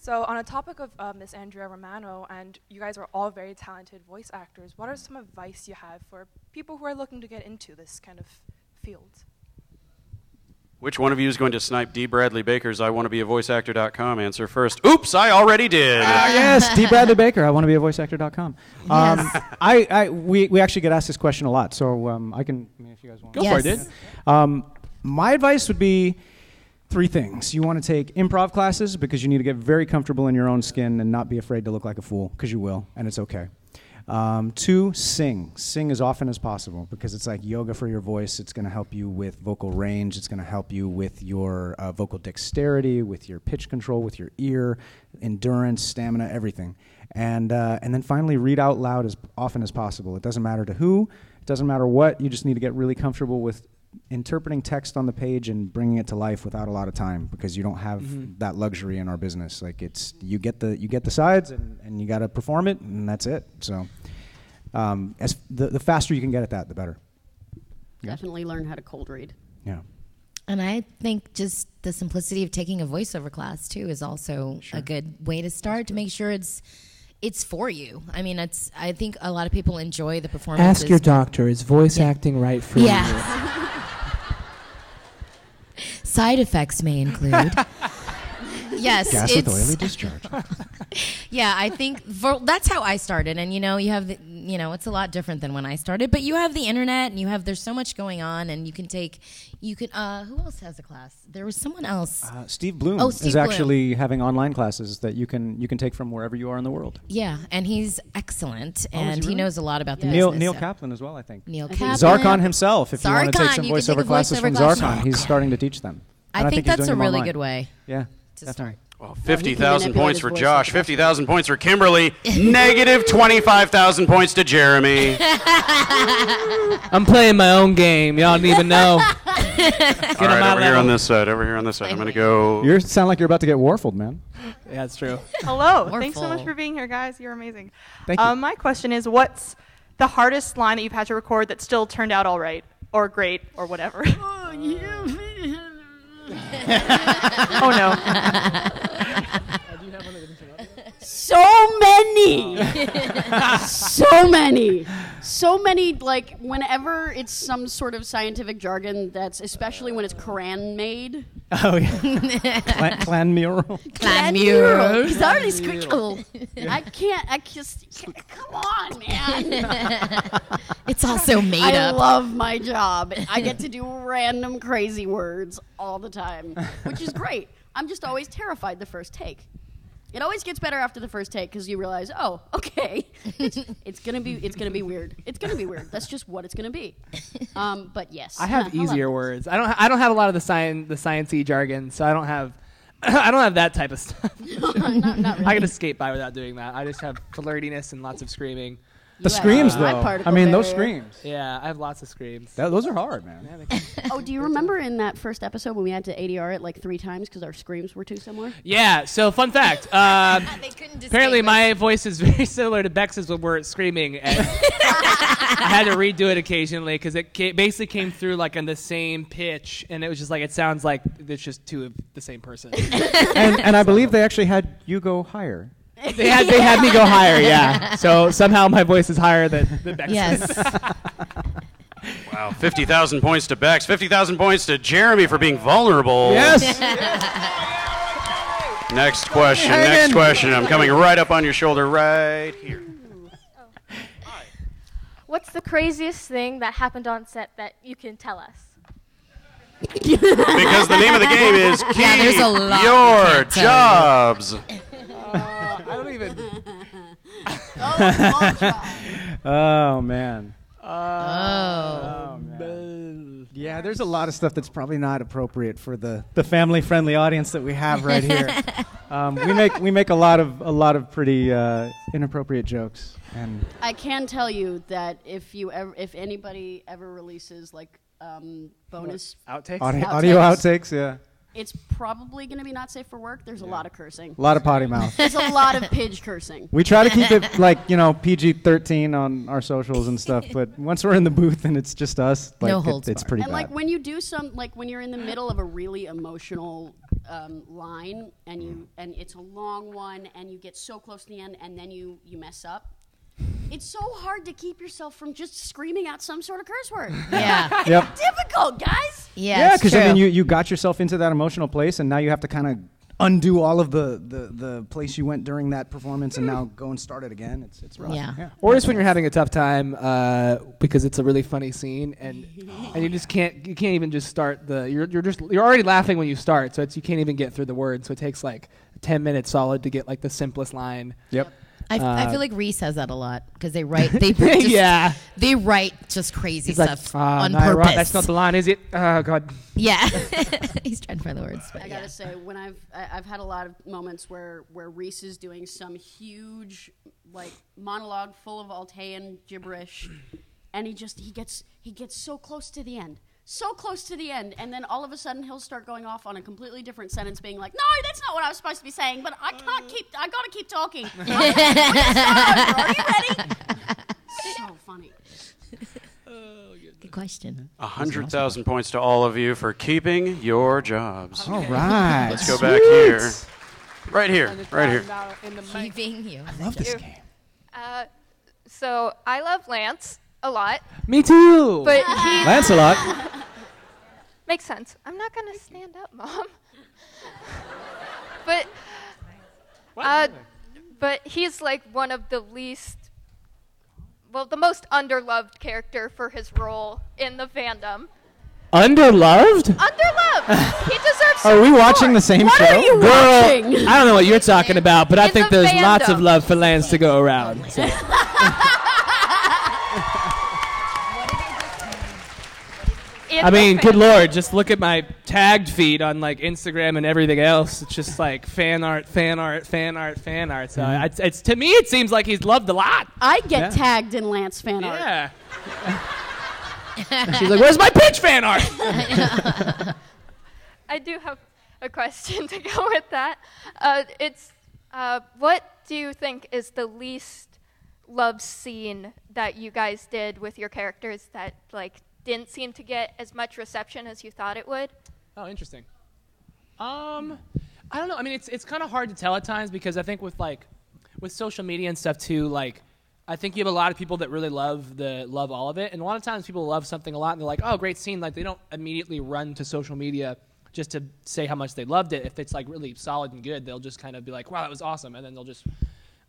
Speaker 9: So, on a topic of uh, Miss Andrea Romano, and you guys are all very talented voice actors, what are some advice you have for people who are looking to get into this kind of field?
Speaker 1: Which one of you is going to snipe D. Bradley Baker's I want to be a voice actor.com answer first? Oops, I already did.
Speaker 6: Ah, yes, D. Bradley Baker. I want to be a voice actor.com. Um, I, I, we, we actually get asked this question a lot, so um, I can. I mean, if you guys want.
Speaker 3: Go for it, dude.
Speaker 6: Um, my advice would be three things. You want to take improv classes because you need to get very comfortable in your own skin and not be afraid to look like a fool because you will, and it's okay. Um, two, sing. Sing as often as possible because it's like yoga for your voice. It's going to help you with vocal range. It's going to help you with your uh, vocal dexterity, with your pitch control, with your ear, endurance, stamina, everything. And, uh, and then finally, read out loud as often as possible. It doesn't matter to who, it doesn't matter what. You just need to get really comfortable with interpreting text on the page and bringing it to life without a lot of time because you don't have
Speaker 5: Mm-hmm.
Speaker 6: that luxury in our business like it's you get the you get the sides and, and you got to perform it and that's it so um, as the, the faster you can get at that the better
Speaker 4: Definitely learn how to cold read.
Speaker 6: yeah
Speaker 5: And I think just the simplicity of taking a voiceover class too is also a good way to start to make sure it's it's for you. I mean, it's I think a lot of people enjoy the performances.
Speaker 3: Ask your doctor, is voice
Speaker 5: Yeah.
Speaker 3: acting right for you?
Speaker 5: Yeah. Side effects may include. yes,
Speaker 6: gas with
Speaker 5: it's
Speaker 6: oily discharge Uh,
Speaker 5: yeah. I think vo- that's how I started, and you know, you have the, you know, it's a lot different than when I started, but you have the internet, and you have there's so much going on, and you can take, you can. Uh, who else has a class? There was someone else.
Speaker 6: uh, steve bloom
Speaker 5: Oh, Steve
Speaker 6: is
Speaker 5: Bloom.
Speaker 6: actually having online classes that you can you can take from wherever you are in the world
Speaker 5: Yeah, and he's excellent, and he,
Speaker 6: really?
Speaker 5: knows a lot about the
Speaker 6: neil
Speaker 5: business,
Speaker 6: neil
Speaker 5: so-
Speaker 6: kaplan as well i think
Speaker 5: Neil
Speaker 4: think-
Speaker 5: Kaplan.
Speaker 6: Zarkon himself, if you want to
Speaker 5: Zarkon,
Speaker 6: take some
Speaker 5: you can take
Speaker 6: voiceover
Speaker 5: a
Speaker 6: classes from
Speaker 5: voiceover class.
Speaker 6: Zarkon, he's starting to teach them.
Speaker 5: I
Speaker 6: And
Speaker 5: think
Speaker 6: he's
Speaker 5: that's
Speaker 6: doing
Speaker 5: a
Speaker 6: them
Speaker 5: really
Speaker 6: online.
Speaker 5: good way
Speaker 6: Yeah,
Speaker 5: to
Speaker 6: definitely.
Speaker 5: start.
Speaker 1: Well, 50,000
Speaker 4: manipulate
Speaker 1: points
Speaker 4: his
Speaker 1: for
Speaker 4: voice
Speaker 1: Josh, 50,000 points for Kimberly, negative 25,000 points to Jeremy.
Speaker 3: I'm playing my own game. Y'all don't even know.
Speaker 1: All right,
Speaker 3: my
Speaker 1: over here
Speaker 3: level.
Speaker 1: on this side, over here on this side. I'm going to go.
Speaker 6: You sound like you're about to get warfled, man.
Speaker 3: yeah, that's true.
Speaker 9: Hello.
Speaker 5: Or
Speaker 9: Thanks so much
Speaker 5: full.
Speaker 9: for being here, guys. You're amazing.
Speaker 6: Thank you.
Speaker 9: Um, my question is what's the hardest line that you've had to record that still turned out all right or great or whatever? oh, no.
Speaker 4: So many, so many, so many. Like whenever it's some sort of scientific jargon, that's especially when it's crayon made.
Speaker 6: Oh yeah, clan, clan mural.
Speaker 5: Clan
Speaker 4: mural.
Speaker 5: mural.
Speaker 4: He's already squeakle. I can't. I just come on, man.
Speaker 5: It's also made
Speaker 4: I
Speaker 5: up.
Speaker 4: love my job. I get to do random crazy words all the time, which is great. I'm just always terrified the first take. It always gets better after the first take because you realize, oh, okay, it's, it's gonna be it's gonna be weird. It's gonna be weird. That's just what it's gonna be. Um, but yes,
Speaker 3: I have
Speaker 4: Huh, I love
Speaker 3: easier
Speaker 4: it.
Speaker 3: words. I don't. I don't have a lot of the science, the sciencey jargon, so I don't have. I don't have that type of stuff.
Speaker 4: Not- not
Speaker 3: I
Speaker 4: really.
Speaker 3: can escape by without doing that. I just have flirtiness and lots of screaming.
Speaker 6: The
Speaker 4: You have
Speaker 6: screams
Speaker 4: high
Speaker 6: though. I
Speaker 4: particle
Speaker 6: mean, those
Speaker 4: barrier.
Speaker 6: screams.
Speaker 3: Yeah, I have lots of screams.
Speaker 6: That, those are hard, man.
Speaker 4: Oh, do you remember in that first episode when we had to ADR it like three times because our screams were too similar?
Speaker 3: Yeah. So fun fact. Um,
Speaker 5: They couldn't
Speaker 3: apparently,
Speaker 5: distinguish.
Speaker 3: my voice is very similar to Bex's when we're screaming. And I had to redo it occasionally because it ca- basically came through like on the same pitch, and it was just like it sounds like it's just two of the same person.
Speaker 6: and, and I believe they actually had you go higher.
Speaker 3: they had they had me go higher. Yeah. Ah, So somehow my voice is higher than, than Bex's.
Speaker 5: Yes.
Speaker 1: Wow, 50,000 points to Bex, 50,000 points to Jeremy for being vulnerable. Next question,
Speaker 6: Hang
Speaker 1: next
Speaker 6: in.
Speaker 1: question. I'm coming right up on your shoulder right here.
Speaker 10: What's the craziest thing that happened on set that you can tell us?
Speaker 1: Because the name of the game is Keep
Speaker 5: there's a lot you
Speaker 1: Your
Speaker 5: can't tell.
Speaker 1: Jobs.
Speaker 3: I don't even.
Speaker 6: Oh man.
Speaker 5: oh.
Speaker 6: Yeah, there's a lot of stuff that's probably not appropriate for the, the family friendly audience that we have right here. um, we make we make a lot of a lot of pretty uh, inappropriate jokes and
Speaker 4: I can tell you that if you ever, if anybody ever releases like um, bonus,
Speaker 3: Outtakes.
Speaker 6: audi-
Speaker 4: Outtakes.
Speaker 6: audio outtakes. Yeah,
Speaker 4: it's probably going to be not safe for work. There's a lot of cursing.
Speaker 6: a lot of potty mouth.
Speaker 4: There's a lot of pidge cursing.
Speaker 6: We try to keep it like you know PG thirteen on our socials and stuff, but once we're in the booth and it's just us, like
Speaker 5: No
Speaker 6: it-
Speaker 5: holds
Speaker 6: it's
Speaker 5: barred.
Speaker 6: pretty
Speaker 4: And
Speaker 6: bad.
Speaker 4: like when you do some, like when you're in the middle of a really emotional um, line, and you and it's a long one, and you get so close to the end, and then you you mess up. It's so hard to keep yourself from just screaming out some sort of curse word.
Speaker 5: Yeah.
Speaker 4: it's
Speaker 6: Yep.
Speaker 4: difficult, guys.
Speaker 6: yeah, because I mean, you, you got yourself into that emotional place, and now you have to kind of undo all of the, the, the place you went during that performance, and now go and start it again. It's it's rough.
Speaker 5: Yeah.
Speaker 3: Or just when you're having a tough time uh, because it's a really funny scene and and you just can't you can't even just start the you're you're just you're already laughing when you start so it's you can't even get through the words so it takes like ten minutes solid to get like the simplest line.
Speaker 6: Yep.
Speaker 5: I, f- I
Speaker 3: Uh,
Speaker 5: feel like Reese has that a lot because they write they just,
Speaker 3: Yeah.
Speaker 5: they write just crazy
Speaker 3: He's like,
Speaker 5: stuff
Speaker 3: "Ah,
Speaker 5: on
Speaker 3: no, I wrote-
Speaker 5: purpose.
Speaker 3: that's not the line, is it? Oh God.
Speaker 5: yeah, he's trying to find the words. But
Speaker 4: I
Speaker 5: yeah.
Speaker 4: gotta say, when I've I- I've had a lot of moments where where Reese is doing some huge like monologue full of Altaian gibberish, and he just he gets he gets so close to the end, so close to the end, and then all of a sudden he'll start going off on a completely different sentence, being like, "No, that's not what I was supposed to be saying, but I
Speaker 6: Uh.
Speaker 4: can't keep I gotta keep talking." I'm like, "We're gonna start over. Are you ready? so funny.
Speaker 5: Good question.
Speaker 1: A hundred thousand points to all of you for keeping your jobs.
Speaker 6: All right.
Speaker 1: Let's go back here. Right here. Right here.
Speaker 5: Keeping you.
Speaker 6: I love this game.
Speaker 10: Uh, so I love Lance a lot,
Speaker 3: Me too.
Speaker 10: but he
Speaker 6: Lancelot.
Speaker 10: makes sense. I'm not gonna stand up, mom. but uh, but he's like one of the least, well, the most underloved character for his role in the fandom.
Speaker 3: Underloved?
Speaker 10: Underloved. he deserves.
Speaker 6: Are we
Speaker 10: some
Speaker 6: watching
Speaker 10: more.
Speaker 6: the same
Speaker 4: What
Speaker 6: show?
Speaker 4: are you watching?
Speaker 3: I don't know what you're talking about, but I
Speaker 10: In
Speaker 3: think
Speaker 10: the
Speaker 3: there's lots of
Speaker 10: fandom.
Speaker 3: love for Lance to go around. So.
Speaker 10: In
Speaker 3: I
Speaker 10: the
Speaker 3: mean,
Speaker 10: fandom.
Speaker 3: good lord, just look at my tagged feed on like Instagram and everything else. It's just like fan art, fan art, fan art, fan art. So it's, it's to me, it seems like he's loved a lot.
Speaker 4: I get
Speaker 6: Yeah.
Speaker 4: tagged in Lance fan art.
Speaker 3: Yeah. She's like, where's my pitch fan art?
Speaker 10: I do have a question to go with that. Uh, it's uh, what do you think is the least loved scene that you guys did with your characters that like didn't seem to get as much reception as you thought it would?
Speaker 3: Oh, interesting. Um, I don't know. I mean, it's it's kind of hard to tell at times because I think with like with social media and stuff too, like I think you have a lot of people that really love the love all of it, and a lot of times people love something a lot and they're like, oh, great scene. Like they don't immediately run to social media just to say how much they loved it. If it's like really solid and good, they'll just kind of be like, wow, that was awesome, and then they'll just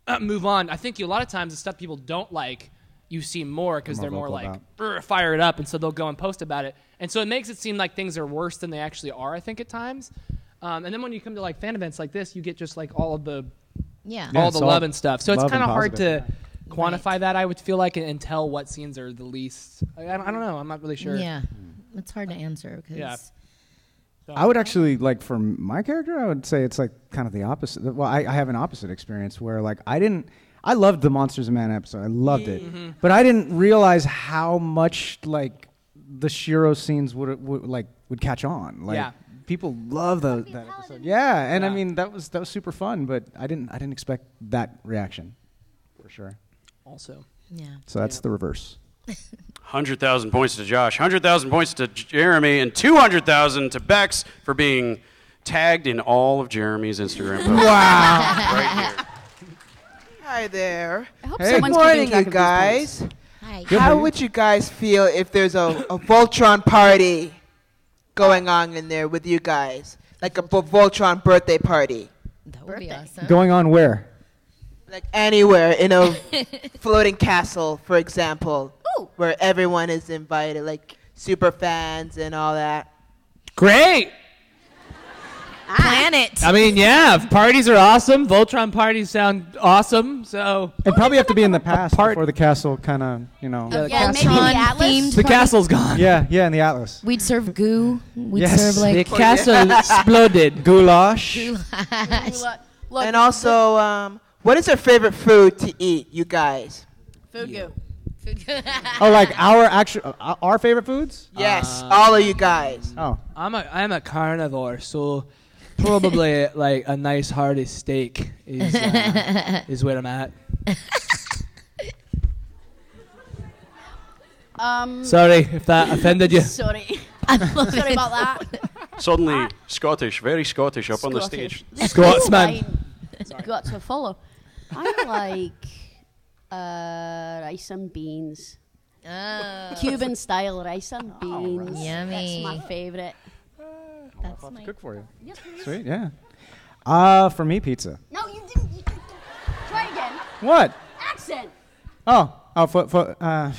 Speaker 3: uh, move on. I think you, a lot of times the stuff people don't like, you see more because
Speaker 6: More
Speaker 3: they're more
Speaker 6: vocal
Speaker 3: like
Speaker 6: about.
Speaker 3: "Brr, fire it up, and so they'll go and post about it, and so it makes it seem like things are worse than they actually are. I think at times, um, and then when you come to like fan events like this, you get just like all of the
Speaker 5: Yeah.
Speaker 6: Yeah,
Speaker 3: all
Speaker 6: it's
Speaker 3: the
Speaker 6: all
Speaker 3: love and stuff. So it's
Speaker 6: love and
Speaker 3: kind of hard to
Speaker 6: positive.
Speaker 3: quantify
Speaker 5: Right.
Speaker 3: that. I would feel like and, and tell what scenes are the least. I, I don't I don't know. I'm not really sure.
Speaker 5: Yeah. It's hard to answer because
Speaker 3: Yeah.
Speaker 6: I would actually like for my character, I would say it's like kind of the opposite. Well, I, I have an opposite experience where like I didn't. I loved the Monsters of Man episode. I loved it,
Speaker 3: Mm-hmm.
Speaker 6: but I didn't realize how much like the Shiro scenes would, would like would catch on. Like
Speaker 3: Yeah.
Speaker 6: people love those that episode. Yeah, and I
Speaker 3: Yeah.
Speaker 6: mean that was that was super fun, but I didn't I didn't expect that reaction for sure.
Speaker 3: Also,
Speaker 5: yeah.
Speaker 6: So that's the reverse.
Speaker 1: Hundred thousand points to Josh. Hundred thousand points to J- Jeremy, and two hundred thousand to Bex for being tagged in all of Jeremy's Instagram posts.
Speaker 6: Wow.
Speaker 1: Right here.
Speaker 11: Hi there.
Speaker 4: I hope
Speaker 6: Hey.
Speaker 4: someone's
Speaker 11: Good morning,
Speaker 4: keeping
Speaker 11: you
Speaker 4: track of these points.
Speaker 11: guys.
Speaker 5: Hi.
Speaker 11: How would you guys feel if there's a, a Voltron party going on in there with you guys? Like a Vo- Voltron birthday party?
Speaker 5: That would be
Speaker 4: Birthday.
Speaker 5: awesome.
Speaker 6: Going on where?
Speaker 11: Like anywhere in a floating castle, for example,
Speaker 4: Ooh.
Speaker 11: where everyone is invited, like super fans and all that.
Speaker 3: great.
Speaker 5: Planet.
Speaker 3: I mean, yeah, parties are awesome. Voltron parties sound awesome. So
Speaker 6: It'd probably have to be in the past
Speaker 3: part-
Speaker 6: before the castle kind of you know.
Speaker 3: Yeah, the
Speaker 4: Yeah, maybe
Speaker 3: castle.
Speaker 4: the
Speaker 5: Voltron
Speaker 4: Atlas.
Speaker 5: themed
Speaker 3: The
Speaker 5: party.
Speaker 3: castle's gone.
Speaker 6: Yeah, yeah, in the Atlas.
Speaker 5: We'd serve goo. We'd
Speaker 6: Yes.
Speaker 5: serve
Speaker 3: The
Speaker 5: like
Speaker 3: castle exploded.
Speaker 6: Goulash.
Speaker 4: Look, look,
Speaker 11: and also, um, what is your favorite food to eat, you guys?
Speaker 4: food goo.
Speaker 6: Oh, like our actual uh, our favorite foods?
Speaker 11: Yes, all of you guys.
Speaker 6: Oh,
Speaker 3: I'm a I'm a carnivore, so probably like a nice hearty steak is uh, is where I'm at.
Speaker 4: Um,
Speaker 3: Sorry if that offended you.
Speaker 4: sorry.
Speaker 5: I love
Speaker 4: Sorry
Speaker 5: it.
Speaker 4: about that.
Speaker 1: Suddenly Scottish, very Scottish, up on the stage.
Speaker 4: Got to follow. I like uh, rice and beans. Cuban style Uh, Oh, rice and beans.
Speaker 5: Oh. Yummy.
Speaker 4: That's my favorite.
Speaker 5: That's my
Speaker 2: cook for you.
Speaker 6: Sweet, yeah. Uh, for me, pizza.
Speaker 4: No, you didn't. You, try again.
Speaker 6: What?
Speaker 4: Accent.
Speaker 6: Oh, oh, for for uh,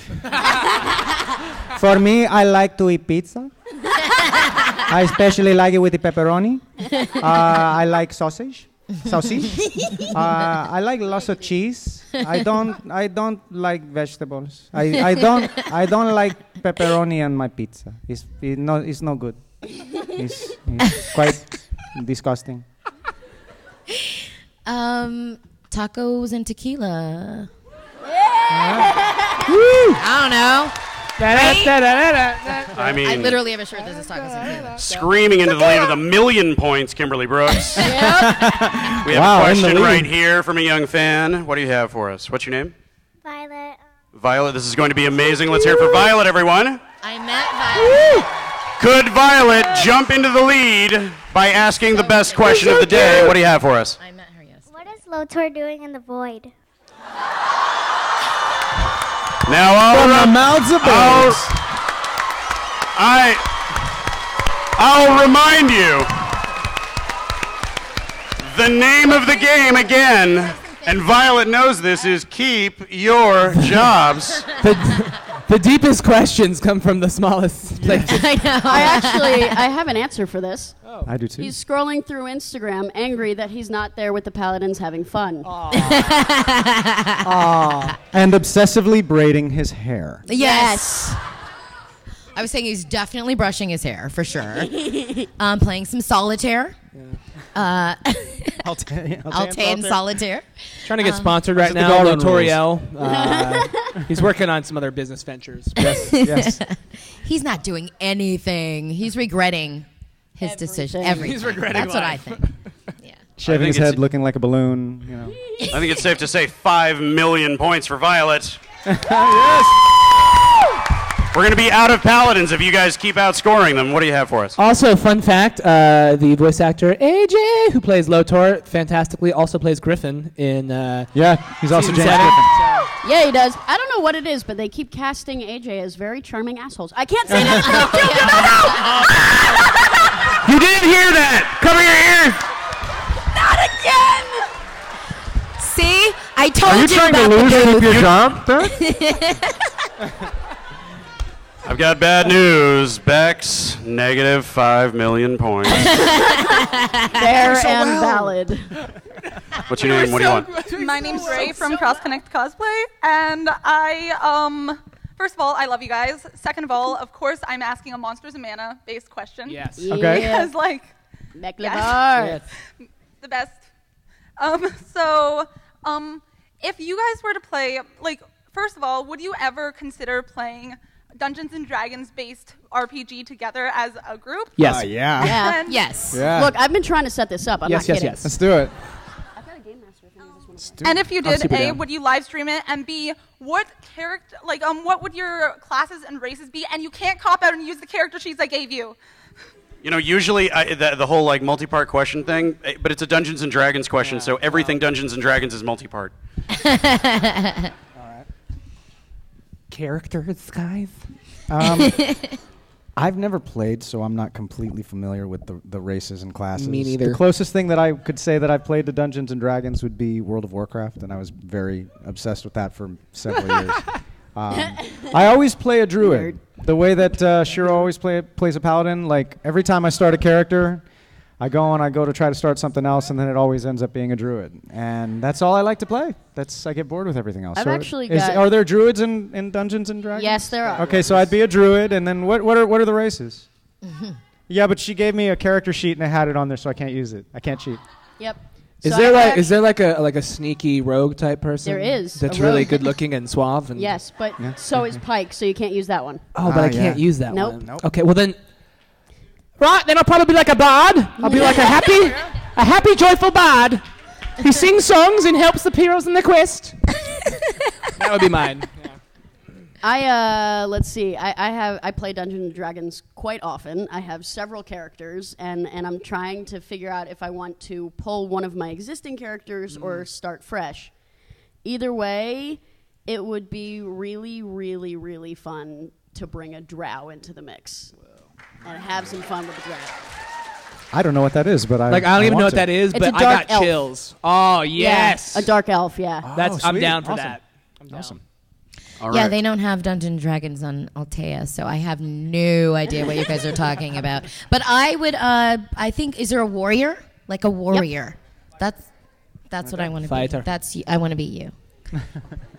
Speaker 6: for me, I like to eat pizza. I especially like it with the pepperoni. Uh, I like sausage, sausage. Uh, I like lots of cheese. I don't, I don't like vegetables. I, I don't, I don't like pepperoni on my pizza. It's it no, it's no good. It's, it's quite disgusting.
Speaker 5: Um, tacos and tequila.
Speaker 6: I
Speaker 5: don't know.
Speaker 1: I mean-
Speaker 5: I literally have a shirt that says tacos and tequila.
Speaker 1: Screaming into the lead of the million points, Kimberly Brooks. We have
Speaker 6: Wow,
Speaker 1: a
Speaker 6: in the
Speaker 1: question
Speaker 6: lead.
Speaker 1: right here from a young fan. What do you have for us? What's your name?
Speaker 12: Violet.
Speaker 1: Violet, this is going to be amazing. Let's hear it for Violet, everyone.
Speaker 5: I met Violet.
Speaker 1: Could Violet jump into the lead by asking the best question of the day? What do you have for us?
Speaker 12: What is Lotor doing in the void?
Speaker 1: Now, all
Speaker 6: From
Speaker 1: right-
Speaker 6: the mouths of
Speaker 1: I'll-
Speaker 6: babes.
Speaker 1: I, I'll remind you the name of the game again, and Violet knows this, is keep your jobs.
Speaker 3: the, the deepest questions come from the smallest places.
Speaker 5: I know.
Speaker 4: I actually I have an answer for this.
Speaker 6: I do too.
Speaker 4: He's scrolling through Instagram, angry that he's not there with the paladins having fun.
Speaker 6: And obsessively braiding his hair.
Speaker 5: Yes. I was saying he's definitely brushing his hair for sure. um, playing some solitaire. Uh,
Speaker 6: Altan,
Speaker 5: Altan solitaire.
Speaker 3: Trying to get
Speaker 5: Um,
Speaker 3: sponsored
Speaker 6: Those
Speaker 3: right
Speaker 6: are the
Speaker 3: now,
Speaker 6: golden
Speaker 3: L'Oreal.
Speaker 6: rules.
Speaker 3: Uh, he's working on some other business ventures.
Speaker 5: He's not doing anything. He's regretting his decision. Everything.
Speaker 3: He's regretting
Speaker 5: That's
Speaker 3: life.
Speaker 5: what I think.
Speaker 1: I
Speaker 6: Shaving
Speaker 1: think
Speaker 6: his
Speaker 1: it's-
Speaker 6: head, looking like a balloon. You know.
Speaker 1: I think it's safe to say 5 million points for Violet. We're going to be out of paladins if you guys keep outscoring them. What do you have for us?
Speaker 3: Also, fun fact: uh, the voice actor AJ, who plays Lotor, fantastically also plays Griffin in. Uh,
Speaker 6: yeah, he's also James
Speaker 4: yeah, he does. I don't know what it is, but they keep casting AJ as very charming assholes. I can't say that. No, no, no, no, no!
Speaker 1: You didn't hear that! Cover your ears!
Speaker 5: Not again. See, I told
Speaker 6: Are you trying to lose any of your job,
Speaker 1: I've got bad news. Bex, negative 5 million points.
Speaker 4: Fair
Speaker 13: So
Speaker 4: and
Speaker 13: well.
Speaker 4: valid.
Speaker 1: What's your name? What do you want?
Speaker 13: My name's Ray from Cross Connect Cosplay, and I um. First of all, I love you guys. Second of all, of course, I'm asking a Monsters and Mana based question.
Speaker 3: Yes.
Speaker 6: Okay.
Speaker 4: Yeah.
Speaker 13: Because like,
Speaker 4: Mech
Speaker 13: yes.
Speaker 4: Levar. Yes.
Speaker 13: the best. Um, so, um, if you guys were to play, like, first of all, would you ever consider playing Dungeons and Dragons based RPG together as a group?
Speaker 3: Yes.
Speaker 6: Uh, yeah.
Speaker 4: Yeah.
Speaker 13: And-
Speaker 5: Yes.
Speaker 6: Yeah.
Speaker 4: Look, I've been trying to set this up. I'm
Speaker 3: Yes,
Speaker 4: not
Speaker 3: yes,
Speaker 4: kidding.
Speaker 3: yes.
Speaker 6: Let's do it.
Speaker 13: And if you
Speaker 6: I'm
Speaker 13: did,
Speaker 6: super
Speaker 13: A,
Speaker 6: down.
Speaker 13: would you live stream it? And B, what character, like, um, what would your classes and races be? And you can't cop out and use the character sheets I gave you.
Speaker 1: You know, usually I, the, the whole like multi-part question thing, eh, but it's a Dungeons and Dragons question, so everything Dungeons and Dragons is multi-part.
Speaker 3: Characters, guys.
Speaker 6: Um, I've never played, so I'm not completely familiar with the, the races and classes.
Speaker 3: Me neither.
Speaker 6: The closest thing that I could say that I've played to Dungeons and Dragons would be World of Warcraft, and I was very obsessed with that for several years. Um, I always play a druid. The way that uh, Shiro always play, plays a paladin, like every time I start a character, I go and I go to try to start something else, and then it always ends up being a druid. And that's all I like to play. That's I get bored with everything else.
Speaker 4: I've
Speaker 6: So
Speaker 4: actually
Speaker 6: is-
Speaker 4: got-
Speaker 6: are there druids in, in Dungeons and Dragons?
Speaker 4: Yes, there are.
Speaker 6: Okay, so I'd be a druid, and then what? What are what are the races? Yeah, but she gave me a character sheet and I had it on there, so I can't use it. I can't cheat.
Speaker 4: Yep.
Speaker 3: Is
Speaker 4: So
Speaker 3: there
Speaker 4: I've
Speaker 3: like
Speaker 4: act-
Speaker 3: is there like a like a sneaky rogue type person?
Speaker 4: There is, a
Speaker 3: That's really
Speaker 4: rogue.
Speaker 3: good looking and suave. And
Speaker 4: Yes, but so is Pike, so you can't use that one.
Speaker 3: Oh, but
Speaker 6: Ah,
Speaker 3: I can't
Speaker 6: yeah.
Speaker 3: use that
Speaker 4: Nope.
Speaker 3: one. Okay, well then. Right, then I'll probably be like a bard. I'll be like a happy, a happy, joyful bard who sings songs and helps the heroes in the quest. that would be mine.
Speaker 4: I uh, let's see. I, I have I play Dungeons and Dragons quite often. I have several characters, and and I'm trying to figure out if I want to pull one of my existing characters or
Speaker 14: Mm.
Speaker 4: start fresh. Either way, it would be really, really, really fun to bring a drow into the mix and have some fun with the drow.
Speaker 6: I don't know what that is, but I
Speaker 3: Like I don't even know
Speaker 6: want
Speaker 3: what that
Speaker 6: to.
Speaker 3: is,
Speaker 4: It's
Speaker 3: but
Speaker 4: a
Speaker 3: I
Speaker 4: dark
Speaker 3: got
Speaker 4: elf.
Speaker 3: chills. Oh yes,
Speaker 4: Yeah, a dark elf. Yeah,
Speaker 15: Oh.
Speaker 3: That's I'm down for
Speaker 4: Awesome.
Speaker 3: that.
Speaker 6: Awesome.
Speaker 1: All
Speaker 5: yeah,
Speaker 1: right.
Speaker 5: they don't have Dungeons and Dragons on Altea, so I have no idea what you guys are talking about. But I would, uh, I think, is there a warrior? Like a warrior? That's that's what I want to
Speaker 1: Fighter.
Speaker 5: be. That's I want to be you.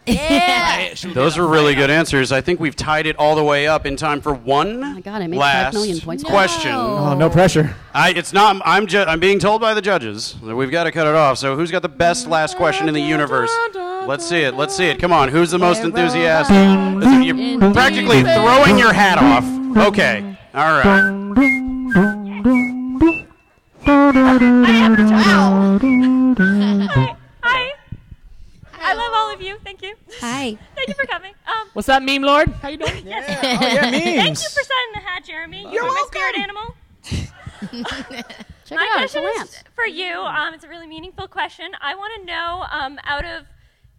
Speaker 1: Those are really good answers. I think we've tied it all the way up in time for one
Speaker 4: Oh God, I made
Speaker 1: last
Speaker 4: five million points.
Speaker 1: question.
Speaker 6: Oh, no pressure.
Speaker 1: I, it's not. I'm. Ju- I'm being told by the judges that we've got to cut it off. So who's got the best last question in the universe? Let's see it. Let's see it. Come on. Who's the most enthusiastic? Listen, You're practically throwing your hat off. Okay. All right.
Speaker 15: Hi. I love all of you. Thank you.
Speaker 5: Hi.
Speaker 15: Thank you for coming. Um,
Speaker 3: What's up, meme lord? How you doing?
Speaker 15: yes.
Speaker 3: Oh, yeah,
Speaker 15: Thank
Speaker 3: memes.
Speaker 15: you for signing the hat, Jeremy.
Speaker 3: You're
Speaker 15: You're my spirit animal.
Speaker 4: Check
Speaker 15: my
Speaker 4: it out. It's a
Speaker 15: question
Speaker 4: lamp.
Speaker 15: is for you. Um, it's a really meaningful question. I want to know, um, out of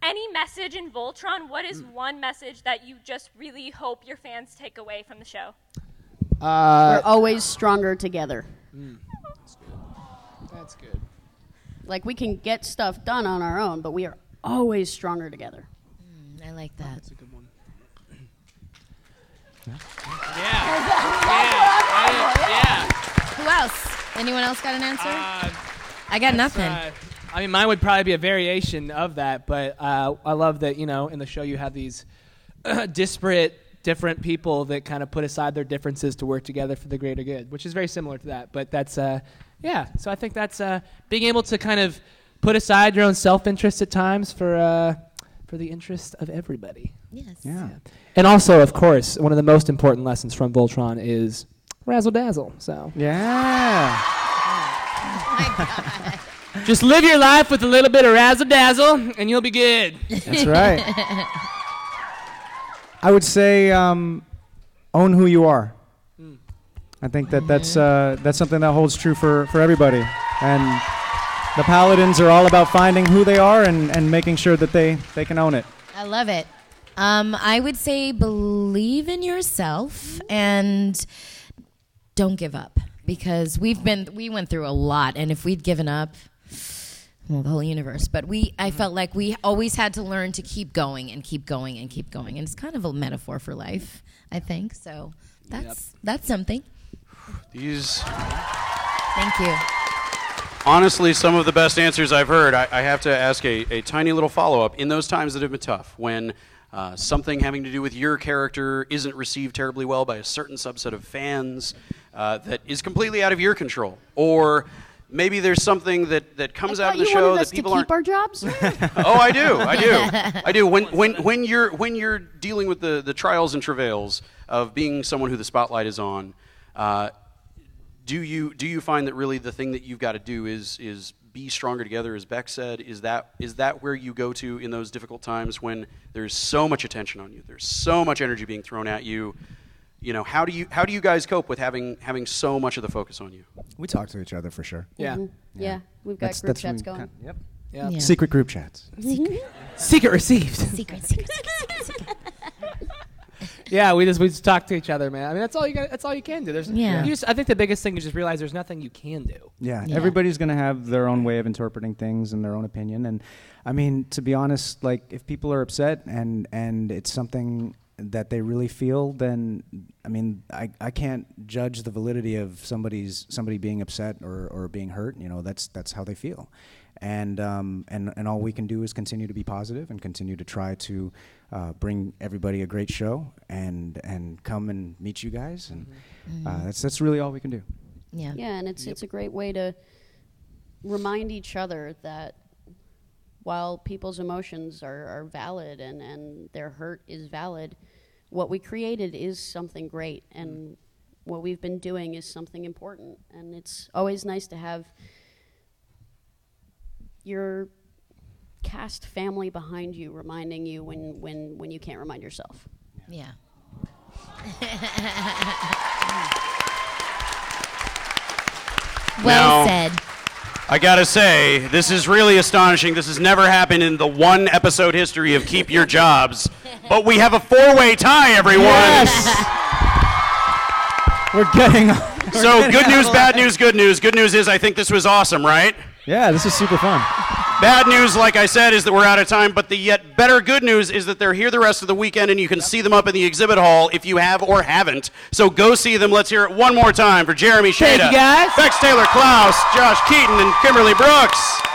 Speaker 15: any message in Voltron, what is one message that you just really hope your fans take away from the show?
Speaker 4: We're always stronger together.
Speaker 3: Mm. That's good.
Speaker 4: Like we can get stuff done on our own, but we are always stronger together.
Speaker 5: I like that. That's
Speaker 3: a good one.
Speaker 5: Who else? Anyone else got an answer?
Speaker 1: Uh,
Speaker 3: Uh,
Speaker 5: I got
Speaker 3: That's,
Speaker 5: nothing.
Speaker 3: uh, I mean, mine would probably be a variation of that, but uh, I love that you know in the show you have these disparate, different people that kind of put aside their differences to work together for the greater good, which is very similar to that. But that's uh, yeah. So I think that's uh, being able to kind of put aside your own self-interest at times for uh, for the interest of everybody.
Speaker 5: Yes.
Speaker 6: Yeah.
Speaker 3: And also, of course, one of the most important lessons from Voltron is razzle dazzle. So
Speaker 6: Yeah.
Speaker 3: just live your life with a little bit of razzle dazzle, and you'll be good.
Speaker 6: That's right. I would say um, own who you are. I think that that's uh, that's something that holds true for, for everybody. And the paladins are all about finding who they are and, and making sure that they, they can own it.
Speaker 5: I love it. Um, I would say believe in yourself and don't give up because we've been we went through a lot, and if we'd given up, well, the whole universe. But we, I felt like we always had to learn to keep going and keep going and keep going, and it's kind of a metaphor for life, I think. So that's that's something.
Speaker 1: These
Speaker 5: Thank you.
Speaker 1: honestly some of the best answers I've heard. I, I have to ask a, a tiny little follow up. In those times that have been tough, when uh, something having to do with your character isn't received terribly well by a certain subset of fans uh, that is completely out of your control, or maybe there's something that, that comes out of the
Speaker 4: you
Speaker 1: show
Speaker 4: wanted
Speaker 1: that
Speaker 4: us to keep
Speaker 1: people aren't
Speaker 4: our jobs.
Speaker 1: oh, I do, I do, I do. When when when you're when you're dealing with the the trials and travails of being someone who the spotlight is on, uh, do you do you find that really the thing that you've got to do is is be stronger together, as Beck said? Is that is that where you go to in those difficult times when there's so much attention on you, there's so much energy being thrown at you? You know, how do you how do you guys cope with having having so much of the focus on you?
Speaker 6: We talk to each other for sure.
Speaker 3: Yeah.
Speaker 4: Mhm. Yeah. we've got
Speaker 6: That's-
Speaker 4: group
Speaker 6: that's
Speaker 4: chats
Speaker 6: when
Speaker 4: going.
Speaker 6: we
Speaker 4: yep.
Speaker 3: Yeah.
Speaker 6: Secret group chats.
Speaker 4: Secret.
Speaker 3: Secret received.
Speaker 5: Secret, secret, secret, secret.
Speaker 3: Yeah, we just we just talk to each other, man. I mean, that's all you got. That's all you can do. There's
Speaker 6: Yeah.
Speaker 3: You just, I think the biggest thing is just realize there's nothing you can do.
Speaker 6: Yeah,
Speaker 3: Yeah.
Speaker 6: everybody's going to have their own way of interpreting things and their own opinion. And I mean, to be honest, like if people are upset and and it's something that they really feel, then I mean, I, I can't judge the validity of somebody's somebody being upset or, or being hurt. You know, that's that's how they feel. And, um, and and all we can do is continue to be positive and continue to try to uh, bring everybody a great show and and come and meet you guys and uh, that's that's really all we can do.
Speaker 5: Yeah.
Speaker 4: Yeah, and it's it's a great way to remind each other that while people's emotions are, are valid and, and their hurt is valid, what we created is something great and what we've been doing is something important. And it's always nice to have your cast family behind you reminding you when, when, when you can't remind yourself.
Speaker 5: Yeah.
Speaker 1: Now,
Speaker 5: well said.
Speaker 1: I gotta say, this is really astonishing. This has never happened in the one episode history of Keep Your Jobs. But we have a four way tie, everyone.
Speaker 2: We're getting.
Speaker 1: So,
Speaker 2: we're getting
Speaker 1: good
Speaker 2: out
Speaker 1: news,
Speaker 2: of
Speaker 1: bad news, good news. Good news is I think this was awesome, right?
Speaker 2: Yeah, this is super fun.
Speaker 1: Bad news, like I said, is that we're out of time, but the yet better good news is that they're here the rest of the weekend and you can see them up in the exhibit hall if you have or haven't. So go see them. Let's hear it one more time for Jeremy Shada,
Speaker 2: Thank you, guys.
Speaker 1: Bex Taylor Klaus, Josh Keaton, and Kimberly Brooks.